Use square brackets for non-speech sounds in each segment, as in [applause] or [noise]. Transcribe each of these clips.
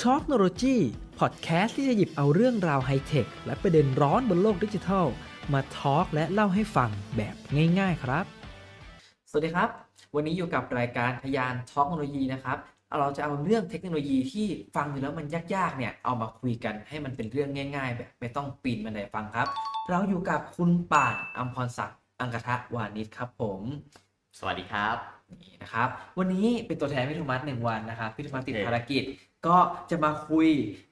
t a l k n o l o g y พอดแคสต์ที่จะหยิบเอาเรื่องราวไฮเทคและประเด็นร้อนบนโลกดิจิทัล มาทอล์กและเล่าให้ฟังแบบง่ายๆครับ สวัสดีครับ วันนี้อยู่กับรายการทะยานท a l คโนโลยีนะครับ เราจะเอาเรื่องเทคโนโลยีที่ฟังดูแล้วมันยากๆเนี่ยเอามาคุยกันให้มันเป็นเรื่องง่ายๆ แบบไม่ต้องปีนบันไดฟังครับ เราอยู่กับคุณป่านอัมพรศักดิ์อังกทะวานิชครับผม สวัสดีครับ นี่นะครับวันนี้เป็นตัวแทนพี่ธุมัสหนึ่งวันนะครับพี่ธุมัสติด โอเค ภารกิจ ก็จะมาคุย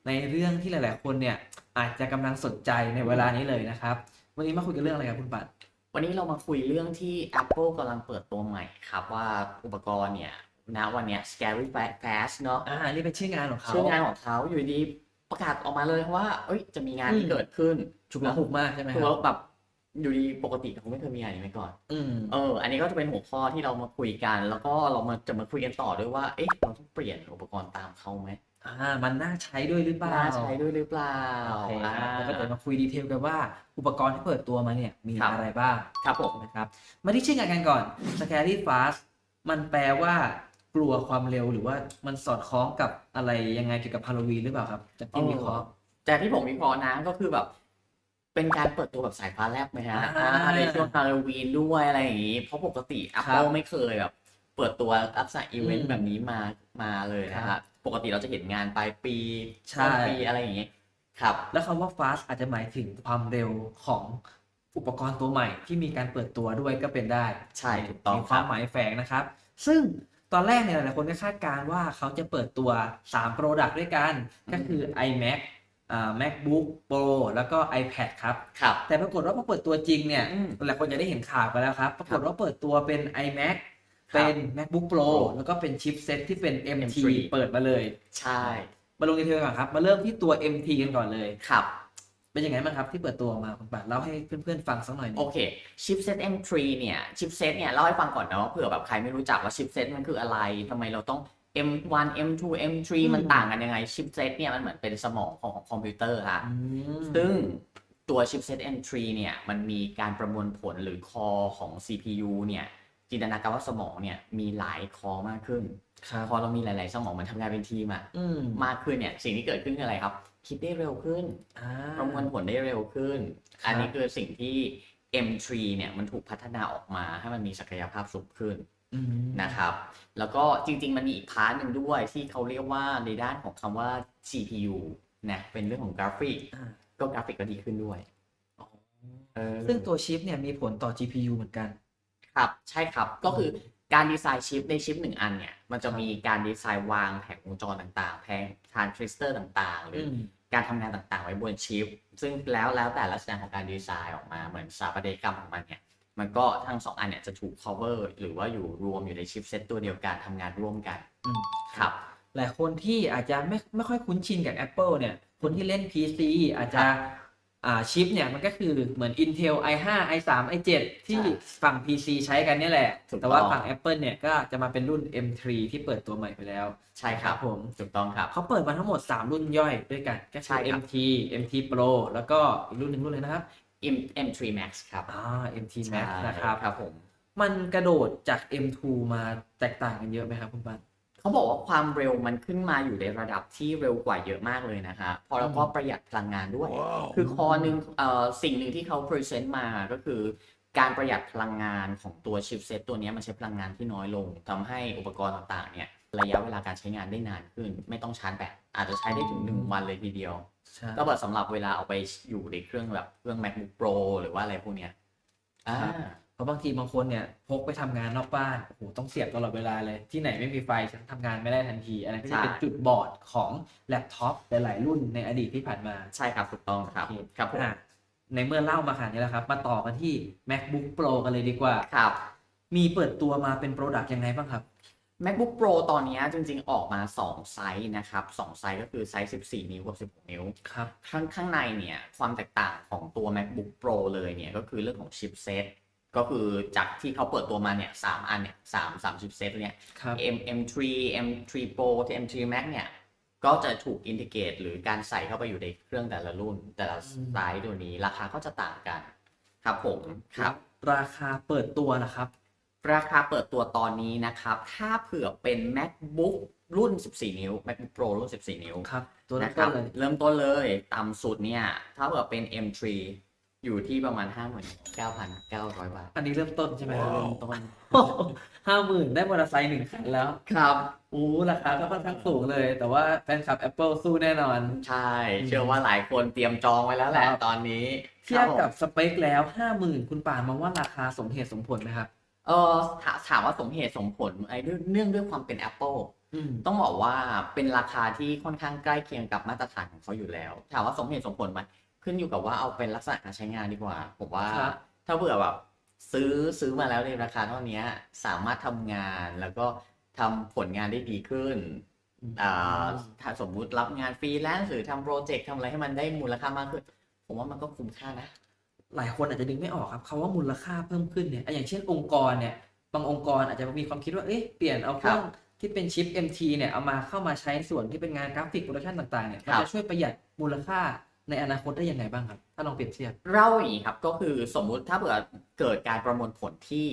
ในเรื่องที่หลายๆ คนเนี่ยอาจจะกำลังสนใจในเวลานี้เลยนะครับ วันนี้มาคุยกันเรื่องอะไรครับคุณป่าน วันนี้เรามาคุยเรื่องที่ Apple กำลังเปิดตัวใหม่ครับว่าอุปกรณ์เนี่ยณวันเนี้ย scary fast เนอะ อ่านี่เป็นชื่องานของเขา ชื่องานของเขาอยู่ดีประกาศออกมาเลยว่า เอ้ยจะมีงาน อืม ที่เกิดขึ้น ฉุกละหุกมากใช่ไหมค คือ รั ว่า บ แบบอยู่ดีปกติเขาไม่เคยมีงานอย่างนี้มาก่อน อืม เออ อันนี้ก็จะเป็นหัวข้อที่เรามาคุยกัน แล้วก็เรามาจะมาคุยกันต่อด้วยว่า เอ๊ะเราต้องเปลี่ยนอุปกรณ์ตามเขาไหม อ่ามันน่าใช้ด้วยหรือเปล่า น่าใช้ด้วยหรือเปล่า โอเค อ่า แล้วก็เดี๋ยวมาคุยดีเทลกันว่าอุปกรณ์ที่เปิดตัวมาเนี่ยมี ครับ อะไรบ้าง ครับผม นะครับ มาที่ชื่องานกันก่อน Scary Fast มันแปลว่ากลัวความเร็วหรือว่ามันสอดคล้องกับอะไรยังไงเกี่ยวกับฮาโลวีนหรือเปล่าครับจากที่ เออ วิเคราะห์ จากที่ผมวิเคราะห์นะก็คือแบบ เป็นการเปิดตัวแบบสายฟ้าแลบไหมฮะ อ่า อ่าในช่วงฮาโลวีนด้วยอะไรอย่างนี้ เพราะปกติ ครั Apple บ ไม่เคยแบบ เปิดตัวลักษณะอีเวน อืม ต์แบบนี้มามาเลยนะ ครั ฮะ บ ปกติเราจะเห็นงานปลายปี ใช่ ต้นปีอะไรอย่างนี้ครับ แล้วคำว่า fast อาจจะหมายถึงความเร็วของอุปกรณ์ตัวใหม่ที่มีการเปิดตัวด้วยก็เป็นได้ ใช่ถูกต้อง มีค ครั วาม บ หมายแฝงนะครับ ซึ่งตอนแรกเนี่ยหลายๆคนก็คาดการณ์ว่าเขาจะเปิดตัว 3 Product ด้วยกัน ก็คือ iMac อ่า MacBook Pro แล้วก็ iPad ครับ ครับ แต่ปรากฏว่าพอเปิดตัวจริงเนี่ย อืม หลายคนจะได้เห็นข่าวไปแล้วครับ ปรากฏว่าเปิดตัวเป็น iMac ครับ เป็น MacBook Pro Pro แล้วก็เป็นชิปเซ็ตที่เป็น MT M3 เปิดมาเลย ใช่ มาลงดีเทลก่อนครับ มาเริ่มที่ตัว MT กันก่อนเลย ครับ เป็นยังไงบ้างครับที่เปิดตัวออกมาคุณป่านเล่าให้เพื่อนๆฟังสักหน่อยหนึ โอง เคชิปเซต M3 เนี่ยชิปเซตเนี่ยเล่าให้ฟังก่อนนะว่าเผื่อแบบใครไม่รู้จักว่าชิปเซตมันคืออะไรทำไมเราต้อง M1 M2 M3 อืม มันต่างกันยังไงชิปเซตเนี่ยมันเหมือนเป็นสมองของของคอมพิวเตอร์ค่ะ อืม ซึ่งตัวชิปเซต M3 เนี่ยมันมีการประมวลผลหรือคอของ CPU เนี่ยจินตนาการว่าสมองเนี่ยมีหลายคอมากขึ้น ครับ พอเรามีหลาย ๆ สมองมันทำงานเป็นทีมอะ อืม มากขึ้นเนี่ยสิ่งที่เกิดขึ้นคืออะไรครับ คิดได้เร็วขึ้น อ่า ประมวลผลได้เร็วขึ้น ครับ อันนี้คือสิ่งที่ M3 เนี่ยมันถูกพัฒนาออกมาให้มันมีศักยภาพสูงขึ้น อืม นะครับ แล้วก็จริง ๆ มันมีอีกพาร์ทหนึ่งด้วยที่เขาเรียกว่าในด้านของคำว่า GPU นะเป็นเรื่องของกราฟิก อ่า ก็กราฟิกก็ดีขึ้นด้วยเออ ซึ่งตัวชิปเนี่ยมีผลต่อ GPU เหมือนกัน ครับใช่ครับก็คือการดีไซน์ชิปในชิปหนึ่งอันเนี่ย มันจะมีการดีไซน์วางแผงวงจรต่างๆ แผงทรานซิสเตอร์ต่างๆ หรืออ การทำงานต่างๆ ไว้บนชิป ซึ่งแล้วแล้วแต่ลักษณะของการดีไซน์ออกมาเหมือนสถาปัตยกรรมของมันเนี่ย มันก็ทั้งสองอันเนี่ยจะถูก cover หรือว่าอยู่รวมอยู่ในชิปเซตตัวเดียวกันทำงานร่วมกัน อืม ครับ หลายคนที่อาจจะไม่ไม่ค่อยคุ้นชินกับ Apple เนี่ย คนที่เล่น PC อาจจะอ่าชิปเนี่ยมันก็คือเหมือน Intel i5 i3 i7 ที่ ใช่ ฝั่ง PC ใช้กันเนี่ยแหละ ถูกต้อง แต่ว่าฝั่ง Apple เนี่ยก็จะมาเป็นรุ่น M3 ที่เปิดตัวใหม่ไปแล้ว ใช่ครับ ผม ถูกต้องครับ เขาเปิดมาทั้งหมด 3 รุ่นย่อยด้วยกัน ก็ ใช่ คือ ครับ MT MT Pro แล้วก็อีกรุ่นหนึ่งรุ่นเลยนะครับ M- M3 Max ครับ อ่า MT Max ใช่ นะครับ ครับผม มันกระโดดจาก M2 มาแตกต่างกันเยอะไหมครับคุณปัน เขาบอกว่าความเร็วมันขึ้นมาอยู่ในระดับที่เร็วกว่าเยอะมากเลยนะคะพอแล้วก็ อืม ประหยัดพลังงานด้วย คือคอหนึ่งเอ่อสิ่งหนึ่งที่เขาพรีเซนต์มาก็คือ การประหยัดพลังงานของตัวชิปเซตตัวเนี้ยมันใช้พลังงานที่น้อยลงทำให้อุปกรณ์ต่างๆ เนี่ยระยะเวลาการใช้งานได้นานขึ้น ไม่ต้องชาร์จแบตอาจจะใช้ได้ถึง 1 วันเลยทีเดียว ใช่ ก็แบบสำหรับเวลาเอาไปอยู่ในเครื่องแบบเครื่อง macbook pro หรือว่าอะไรพวกเนี้ยอ่า ครับ เพราะบางทีบางคนเนี่ยพกไปทำงานนอกบ้านโอ้โหต้องเสียบตลอดเวลาเลย ที่ไหนไม่มีไฟฉันทำงานไม่ได้ทันที อะไรก็จะเป็นจุดบอดของแล็ปท็อปหลายๆรุ่นในอดีตที่ผ่านมา ใช่ครับถูกต้องครับ โอเค ครับผม อ่ะในเมื่อเล่ามาขนาดนี้แล้วครับ มาต่อกันที่ MacBook Pro กันเลยดีกว่า ครับ มีเปิดตัวมาเป็นโปรดักต์ยังไงบ้างครับ macbook pro ตอนเนี้ยจริง ๆ ออกมาสองไซส์นะครับสองไซส์ก็คือไซส์14 นิ้วกับ16นิ้ว ครับ ข้างข้างในเนี่ยความแตกต่างของตัว macbook pro เลยเนี่ยก็คือเรื่องของชิปเซตก็คือจากที่เขาเปิดตัวมาเนี่ยสามอันเนี่ยสามสามชิปเซตเนี่ย ครับ M M3 M3 Pro ที่ M3 Max เนี่ยก็จะถูกอินทิเกตหรือการใส่เข้าไปอยู่ในเครื่องแต่ละรุ่น แต่ละ อืม ไซส์ตัวนี้ราคาก็จะต่างกัน ครับผมครับ ราคาเปิดตัวนะครับ ราคาเปิดตัวตอนนี้นะครับ ถ้าเผื่อเป็น macbook รุ่น 14 นิ้ว macbook pro รุ่น 14 นิ้ว ครับ ตัวเริ่ นะ ม ค ต้ รันบเลย เริ่มต้นเลยต่ำสุดเนี่ย ถ้าเผื่อเป็น m3 อยู่ที่ประมาณ 59,900 บาท อันนี้เริ่มต้นใช่ไหมครับ ว้าว เริ่มต้นห้าหมื่นได้มอเตอร์ไซค์หนึ่งคันแล้ว ครับ อู้ราคาก็ค่อนข้างสูงเลย แต่ว่าแฟนคลับ Apple สู้แน่นอน ใช่ เชื่อว่าหลายคนเตรียมจองไว้แล้วแหละตอนนี้ เทียบ ค กั รั บบ ผม สเปคแล้วห้าหมื่นคุณป่านมองว่าราคาสมเหตุสมผลไหมครับ เออถาถามว่าสมเหตุสมผลไหมด้วยเนื่องด้วยความเป็น Apple อืม ต้องบอกว่าเป็นราคาที่ค่อนข้างใกล้เคียงกับมาตรฐานของเขาอยู่แล้ว ถามว่าสมเหตุสมผลไหมขึ้นอยู่กับว่าเอาเป็นลักษณะการใช้งานดีกว่า ผมว่า ครับ ถ้าเผื่อแบบซื้อซื้อมาแล้วในราคาเท่านี้สามารถทำงานแล้วก็ทำผลงานได้ดีขึ้นอ่าถ้าสมมุติรับงานฟรีแลนซ์หรือทำโปรเจกต์ทำอะไรให้มันได้มูลค่ามากขึ้น ผมว่ามันก็คุ้มค่านะ หลายคนอาจจะดึงไม่ออกครับคำว่ามูลค่าเพิ่มขึ้นเนี่ยอ่ะอย่างเช่นองค์กรเนี่ย บางองค์กรอาจจะมีความคิดว่า เอ๊ะ เปลี่ยนเอาเครื่องที่เป็นชิป MT เนี่ย เอามาเข้ามาใช้ส่วนที่เป็นงานกราฟิกโปรดักชันต่างๆ เนี่ย ครั มัน บ จะช่วยประหยัดมูลค่าในอนาคตได้ยังไงบ้างครับ ถ้าลองเปรียบเทียบ เล่าอย่างนี้ครับก็คือสมมุติถ้าเผื่อเกิดการประมวลผลที่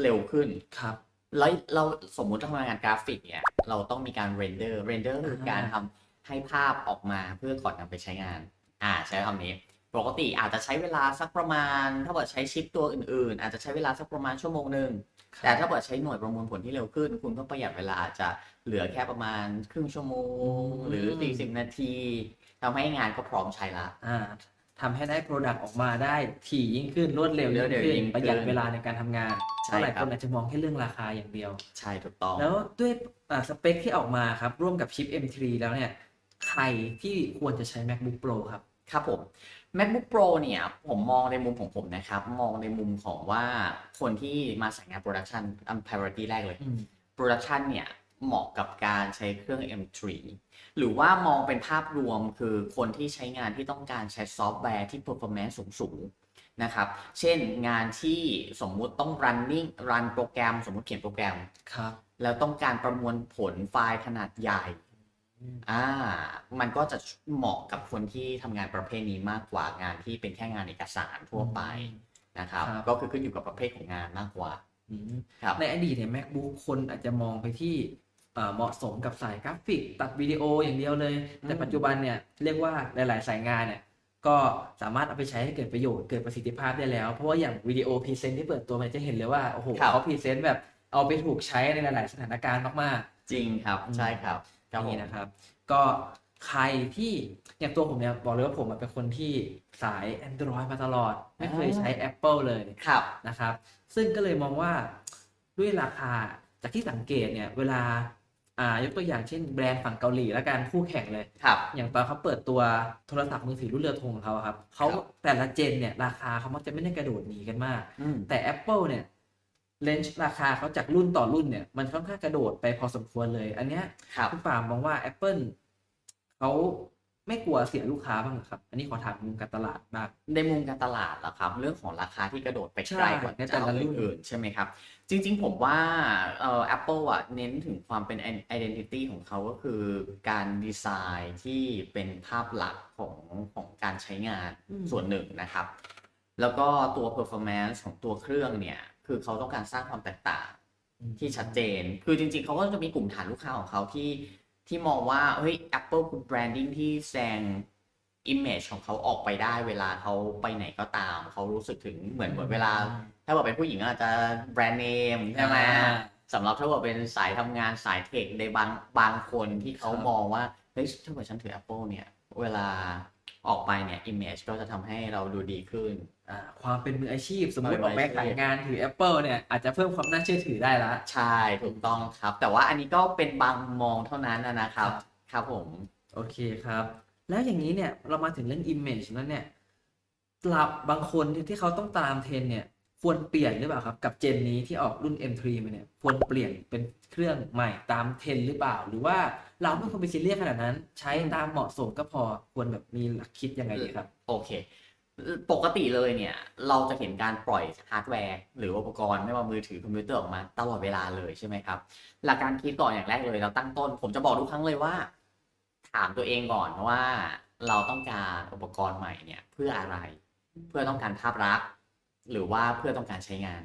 เร็วขึ้น ครับ แล้วเราสมมุติทำงานกราฟิกเนี่ย เราต้องมีการเรนเดอร์เรนเดอร์คือการทำให้ภาพออกมาเพื่อก่อนนำไปใช้งาน อ่าใช้คำนี้ ปกติอาจจะใช้เวลาสักประมาณ ถ้าเกิดใช้ชิปตัวอื่นๆ อาจจะใช้เวลาสักประมาณชั่วโมงหนึ่งแต่ถ้าเกิดใช้หน่วยประมวลผลที่เร็วขึ้น คุณก็ประหยัดเวลาอาจจะเหลือแค่ประมาณครึ่งชั่วโมง หรือ อืม 40 นาทีทำให้งานก็พร้อมใช้ละ อ่าทำให้ได้โปรดักต์ออกมาได้ถี่ยิ่งขึ้นรวดเร็วยิ่ง เร็ว ขึ้น ยิ่งปขึ้นระหยัดเวลาในการทำงาน ใช่ เพราะหลาย ครั ค บ นอาจจะมองแค่เรื่องราคาอย่างเดียว ใช่ถูกต้อง แล้วด้วยอ่าสเปคที่ออกมาครับ ร่วมกับชิป M3 แล้วเนี่ย ใครที่ควรจะใช้ MacBook Pro ครับ ครับผม MacBook Pro เนี่ย ผมมองในมุมของผมนะครับ มองในมุมของว่าคนที่มาสายงานโปรดักชันอัน priority แรกเลย อืม โปรดักชันเนี่ย เหมาะกับการใช้เครื่อง M3 หรือว่ามองเป็นภาพรวมคือคนที่ใช้งานที่ต้องการใช้ซอฟต์แวร์ที่ performance สูงสูงๆนะครับ เช่นงานที่สมมุติต้อง running run โปรแกรม สมมุติเขียนโปรแกรม ครับ แล้วต้องการประมวลผลไฟล์ขนาดใหญ่ อืม อ่า มันก็จะเหมาะกับคนที่ทำงานประเภทนี้มากกว่างานที่เป็นแค่งานเอกสารทั่วไปนะครับ ครับ ก็คือขึ้นอยู่กับประเภทของงานมากกว่า อืม ครับ ในอดีตเนี่ย MacBook คนอาจจะมองไปที่เอ่อเหมาะสมกับสายกราฟิก ตัดวิดีโออย่างเดียวเลย แต่ อืม ปัจจุบันเนี่ย เรียกว่าหลาย ๆ สายงานเนี่ย ก็สามารถเอาไปใช้ให้เกิดประโยชน์เกิดประสิทธิภาพได้แล้ว เพราะว่าอย่างวิดีโอพรีเซนต์ที่เปิดตัวมันจะเห็นเลยว่า โอ้โห ครับ เขาพรีเซนต์แบบเอาไปถูกใช้ในหลาย ๆ สถานการณ์มาก ๆ จริงครับ อืม ใช่ครับครับผม นี่นะครับ ก็ใครที่อย่างตัวผมเนี่ยบอกเลยว่าผมอะเป็นคนที่สาย Android มาตลอด ไม่เคย อ่า ใช้ Apple เลย ครับ นะครับ ซึ่งก็เลยมองว่าด้วยราคาจากที่สังเกตเนี่ย เวลาอ่ายกตัวอย่างเช่นแบรนด์ฝั่งเกาหลีและการคู่แข่งเลย ครับ อย่างตอนเขาเปิดตัวโทรศัพท์มือถือรุ่นเรือธงของเขาอะครับเขา ครับ แต่ละเจนเนี่ยราคาเขามักจะไม่ได้กระโดดหนีกันมาก อืม แต่ Apple เนี่ยเลนส์ราคาเขาจากรุ่นต่อรุ่นเนี่ยมันค่อนข้างกระโดดไปพอสมควรเลย อันเนี้ย ครับ คุณปามมองว่า Apple เขาไม่กลัวเสียลูกค้าบ้างเหรอครับ อันนี้ขอถามมุมการตลาดบ้าง ในมุมการตลาดเหรอครับ เรื่องของราคาที่กระโดดไปไกลกว่า ใช่ในแต่ เจ้า ละรุ่น อื่นๆใช่ไหมครับ จริงๆผมว่าเอ่อ Apple อ่ะเน้นถึงความเป็น identity ของเขาก็คือการดีไซน์ที่เป็นภาพลักษณ์ของของการใช้งาน อืม ส่วนหนึ่งนะครับ แล้วก็ตัว performance ของตัวเครื่องเนี่ย คือเขาต้องการสร้างความแตกต่าง ที่ชัดเจน คือจริงๆ เขาก็จะมีกลุ่มฐานลูกค้าของเขาที่ที่มองว่า เฮ้ย Apple คือแบรนดิ้งที่แซง Image ของเขาออกไปได้เวลาเขาไปไหนก็ตาม เขารู้สึกถึงเหมือนเหมือนเวลา ถ้าบอกเป็นผู้หญิงก็อาจจะแบรนด์เนมใช่ไหม อ่า สำหรับถ้าบอกเป็นสายทำงานสายเทคในบางบางคนที่เขา ครับ มองว่า เฮ้ย ถ้าเกิดฉันถือ Apple เนี่ย เวลาออกไปเนี่ย Image ก็จะทำให้เราดูดีขึ้น อ่าความเป็นมืออาชีพ สมมติอควา อก ม ไป เป็นมืออาชีขาพยงานถือ Apple เนี่ย อาจจะเพิ่มความน่าเชื่อถือได้ละ ใช่ถูกต้องครับ แต่ว่าอันนี้ก็เป็นบางมองเท่านั้นนะนะครับ ครับ ครับผม โอเคครับ แล้วอย่างนี้เนี่ยเรามาถึงเรื่อง Image แล้วเนี่ยหลับบางคนที่ที่เขาต้องตามเทรนด์เนี่ย ควรเปลี่ยนหรือเปล่าครับ กับเจนนี้ที่ออกรุ่น M3 มาเนี่ย ควรเปลี่ยนเป็นเครื่องใหม่ตามเทรนด์หรือเปล่า หรือว่าเราไม่ควรไปซีเรียสขนาดนั้น ใช้ตามเหมาะสมก็พอควรแบบมีหลักคิดยังไงดีครับ โอเค ปกติเลยเนี่ย เราจะเห็นการปล่อยฮาร์ดแวร์หรืออุปกรณ์ไม่ว่ามือถือคอมพิวเตอร์ออกมาตลอดเวลาเลยใช่ไหมครับ หลักการคิดก่อนอย่างแรกเลยเราตั้งต้น ผมจะบอกทุกครั้งเลยว่า ถามตัวเองก่อนว่า เราต้องการอุปกรณ์ใหม่เนี่ย เพื่ออะไร เพื่อต้องการภาพลักษณ์หรือว่าเพื่อต้องการใช้งาน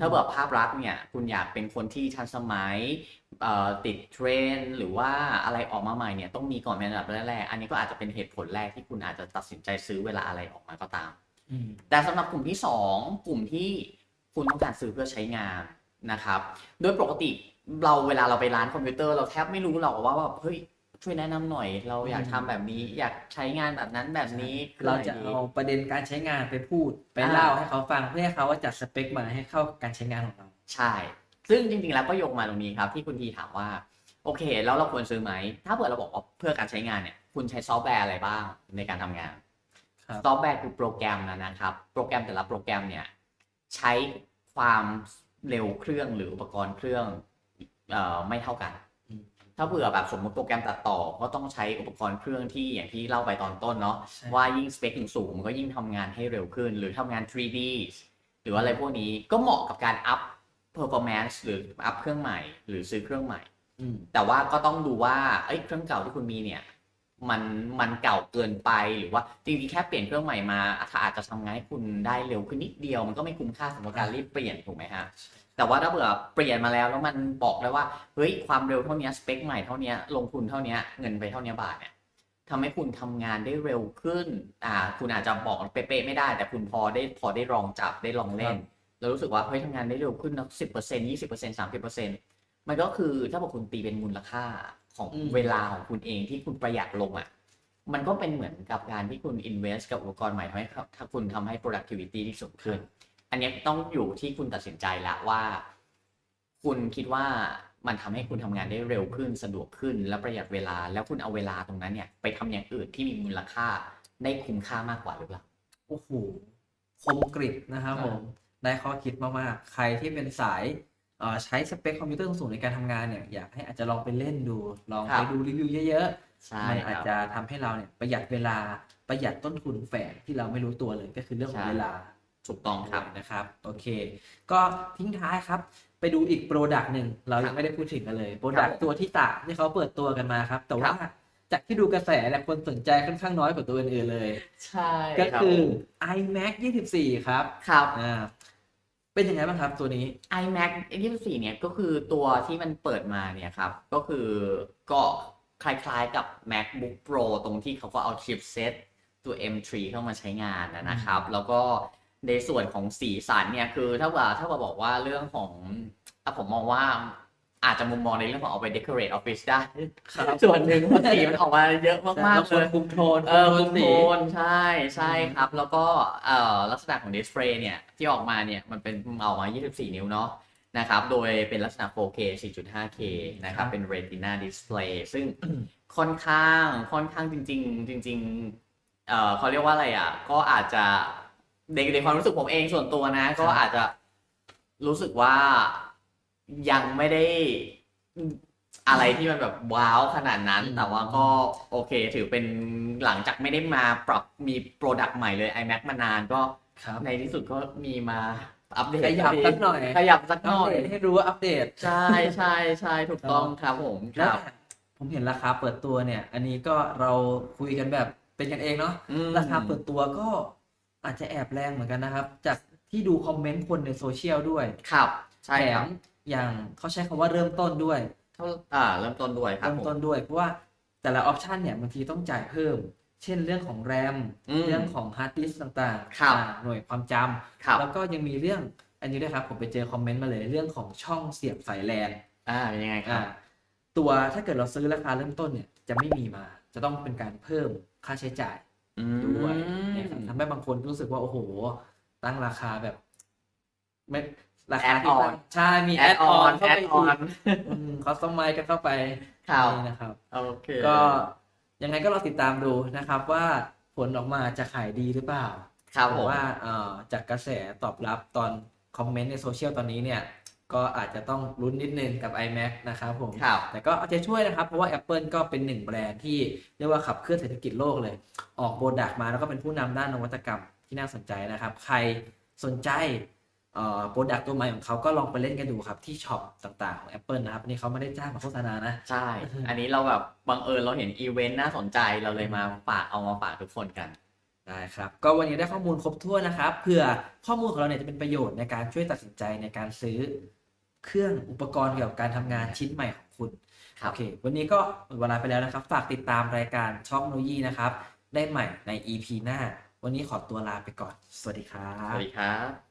ถ้าเบื่อภาพลักษณ์เนี่ย คุณอยากเป็นคนที่ทันสมัยเอ่อติดเทรนด์หรือว่าอะไรออกมาใหม่เนี่ยต้องมีก่อนเป็นอันดับแรกๆอันนี้ก็อาจจะเป็นเหตุผลแรกที่คุณอาจจะตัดสินใจซื้อเวลาอะไรออกมาก็ตาม อืม แต่สำหรับกลุ่มที่ 2 กลุ่มที่คุณต้องการซื้อเพื่อใช้งานนะครับ โดยปกติเราเวลาเราไปร้านคอมพิวเตอร์เราแทบไม่รู้หรอกว่าว่าเฮ้ยช่วยแนะนำหน่อย เราอยากทำแบบนี้อยากใช้งานแบบนั้นแบบนี้ เราจะเอาประเด็นการใช้งานไปพูดไปเล่าให้เขาฟังเพื่อให้เขาว่าจัดสเปคมาให้เข้ากับการใช้งานของเรา ใช่ ซึ่งจริงๆแล้วก็โยงมาตรงนี้ครับ ที่คุณทีถามว่า โอเค แล้วเราควรซื้อไหม ถ้าเผื่อเราบอกว่าเพื่อการใช้งานเนี่ย คุณใช้ซอฟต์แวร์อะไรบ้างในการทำงาน ครับ ซอฟต์แวร์คือโปรแกรมนะนะครับ โปรแกรมแต่ละโปรแกรมเนี่ย ใช้ความเร็วเครื่องหรืออุปกรณ์เครื่องเอ่อไม่เท่ากัน อืม ถ้าเผื่อแบบสมมติโปรแกรมตัดต่อ ก็ต้องใช้อุปกรณ์เครื่องที่อย่างที่เล่าไปตอนต้นเนาะ ใช่ ว่ายิ่งสเปคสูงๆมันก็ยิ่งทำงานให้เร็วขึ้น หรือทำงาน 3D หรืออะไรพวกนี้ก็เหมาะกับการอัพ performance หรืออัพเครื่องใหม่ หรือซื้อเครื่องใหม่ อืม แต่ว่าก็ต้องดูว่าเอ้ยเครื่องเก่าที่คุณมีเนี่ย มันมันเก่าเกินไปหรือว่าจริงๆแค่เปลี่ยนเครื่องใหม่มาอาจจะทำงานให้คุณได้เร็วขึ้นนิดเดียวมันก็ไม่คุ้มค่าสำหรับการรีบเปลี่ยนถูกไหมฮะแต่ว่าถ้าเผื่อเปลี่ยนมาแล้วแล้วมันบอกได้ว่าเฮ้ยความเร็วเท่าเนี้ยสเปคใหม่เท่าเนี้ยลงทุนเท่าเนี้ยเงินไปเท่าเนี้ยบาทเนี่ยทำให้คุณทำงานได้เร็วขึ้นอ่าคุณอาจจะบอกเป๊ะๆไม่ได้ แต่คุณพอได้พอได้ลองจับได้ลองเล่น แล้วรู้สึกว่าเฮ้ยทำงานได้เร็วขึ้นนะสิบเปอร์เซ็นต์ยี่สิบเปอร์เซ็นต์สามสิบเปอร์เซ็นต์มันก็คือถ้าบอกคุณตีเป็นมูลค่าของ อืม เวลาของคุณเองที่คุณประหยัดลงอ่ะ มันก็เป็นเหมือนกับการที่คุณ invest กับอุปกรณ์ใหม่ทำให้ครับถ้าคุณทำให้ productivity ที่สูงขึ้น อันเนี้ยต้องอยู่ที่คุณตัดสินใจละว่า คุณคิดว่ามันทำให้คุณทำงานได้เร็วขึ้นสะดวกขึ้น และประหยัดเวลา แล้วคุณเอาเวลาตรงนั้นเนี่ย ไปทำอย่างอื่นที่มีมูลค่าได้คุ้มค่ามากกว่าหรือเปล่า โอ้โหคมกริบนะครับผมได้ข้อคิดมากๆ ใครที่เป็นสายเอ่อใช้สเปคคอมพิวเตอร์สูงในการทำงานเนี่ยอยากให้อาจจะลองไปเล่นดู ลอง ครั ไป บ ดูรีวิวเยอะ ใช่ ๆ มัน ค อาจ รับ จะทำให้เราเนี่ยประหยัดเวลาประหยัดต้นทุนแฝงที่เราไม่รู้ตัวเลยก็คือเรื่องของ ใช่ เวลา ถูกต้อง ของ ครั เรา บ นะครับโอเค ก็ทิ้งท้ายครับ ไปดูอีกโปรดักต์หนึ่งเรา ครับ ยังไม่ได้พูดถึงกันเลยโปรดัก ครั ต์ บ ตัวที่ตางที่เขาเปิดตัวกันมาครับ แต่ ครั ว่า บ จากที่ดูกระแสเนี่ยคนสนใจค่อนข้างน้อยกว่าตัวอื่นๆเลย ใช่ ก็คือ iMac 24 ครับ ครับ อ่าเป็นยังไงบ้างครับตัวนี้ iMac 24 เนี่ยก็คือตัวที่มันเปิดมาเนี่ยครับ ก็คือก็คล้ายๆกับ MacBook Pro ตรงที่เขาก็เอาชิปเซตตัว M3 เข้ามาใช้งานนะนะครับ แล้วก็ในส่วนของสีสันเนี่ยคือถ้าว่าถ้าว่าบอกว่าเรื่องของอ่ะผมมองว่าอาจจะมุมมองในเรื่องของเอาไป decorate office ได้ ส่วนหนึ่งเพราะสีมันออกมาเยอะมาก เรา ๆ ค เล วร ย คุมโทน เออ คุ คุ ม ม สี โทนใช่ใช่ อืม ครับ แล้วก็เอ่อลักษณะของดิสเพลย์เนี่ย ที่ออกมาเนี่ย มันเป็นออกมา 24 นิ้วเนาะนะครับ โดยเป็นลักษณะ 4K 4.5K นะครับ เป็น Retina Display ซึ่ง [coughs] ค่อนข้างค่อนข้างจริง ๆ จริง ๆเอ่อเขาเรียกว่าอะไรอ่ะ ก็อาจจะในในความรู้สึกผมเองส่วนตัวนะ ก็อาจจะรู้สึกว่ายังไม่ได้ อะไรที่มันแบบว้าวขนาดนั้น อืม แต่ว่าก็โอเค ถือเป็นหลังจากไม่ได้มาปรับมีโปรดักต์ใหม่เลย iMac มานานก็ ครับ ในที่สุดก็มีมาอัปเดต ขยับสักหน่อย ขยับสัก ต้ ห อง น่อย ให้รู้ว่าอัปเดต ใช่ใช่ใช่ถูกต้องครับผมค แล้ รั ว บ ผมเห็นราคาเปิดตัวเนี่ย อันนี้ก็เราคุยกันแบบเป็นกันเองเนาะ อืม ราคาเปิดตัวก็อาจจะแอบแรงเหมือนกันนะครับ จากที่ดูคอมเมนต์คนในโซเชียลด้วย ครับ ใช่ แถ ครั ม บ อย่างเขาใช้คำว่าเริ่มต้นด้วย เท่าอ่าเริ่มต้นด้วยครับ เริ่ม ผม ต้นด้วย เพราะว่าแต่ละออปชันเนี่ยบางทีต้องจ่ายเพิ่ม เช่นเรื่องของแรม อืม เรื่องของฮาร์ดดิสก์ต่าง ครับ อ่าหน่วยความจำ ครับ แล้วก็ยังมีเรื่องอันนี้ด้วยครับ ผมไปเจอคอมเมนต์มาเลยเรื่องของช่องเสียบสายแลน อ่าเป็นยังไงครั อ่า บ ตัวถ้าเกิดเราซื้อราคาเริ่มต้นเนี่ยจะไม่มีมา จะต้องเป็นการเพิ่มค่าใช้จ่าย ด้วยนะครับทำให้บางคนรู้สึกว่า โอ้โห ตั้งราคาแบบไม่ราคาที่ Add-on ตั้งใช่มี แอ แอ ด ด อ อ อ อน น แอ เข้า ด ไป ออน คอสตอมไมกันเข้าไป ครับ นี่นะครับ โอเค ก็ยังไงก็รอติดตามดูนะครับว่าผลออกมาจะขายดีหรือเปล่า ครับ เพ ผม ราะว่าเอ่อจากกระแสตอบรับตอนคอมเมนต์ในโซเชียลตอนนี้เนี่ย ก็อาจจะต้องลุ้นนิดนึงกับ iMac นะครับผม ครับ แต่ก็เอาใจช่วยนะครับ เพราะว่า Apple ก็เป็นหนึ่งแบรนด์ที่เรียกว่าขับเคลื่อนเศรษฐกิจโลกเลย ออกโปรดักต์มาแล้วก็เป็นผู้นำด้านนวัตกรรมที่น่าสนใจนะครับ ใครสนใจโปรดักต์ตัวใหม่ของเขาก็ลองไปเล่นกันดูครับ ที่ช็อปต่างๆของ Apple นะครับอันนี่เขาไม่ได้จ้างมาโฆษณานะ ใช่ อือฮึ อันนี้เราแบบบังเอิญเราเห็นอีเวนต์น่าสนใจเราเลยมาฝากเอามาฝากทุกคนกัน ได้ครับ ก็วันนี้ได้ข้อมูลครบถ้วนนะครับเผื่อข้อมูลของเราเนี่ยจะเป็นประโยชน์ในการช่วยตัดสินใจในการซื้อเครื่องอุปกรณ์เกี่ยวกับการทำงานชิ้นใหม่ของคุณ ครับ โอเค วันนี้ก็หมดเวลาไปแล้วนะครับ ฝากติดตามรายการช่องโนยีนะครับ ได้ใหม่ใน EP หน้า วันนี้ขอตัวลาไปก่อน สวัสดีครับ สวัสดีครับ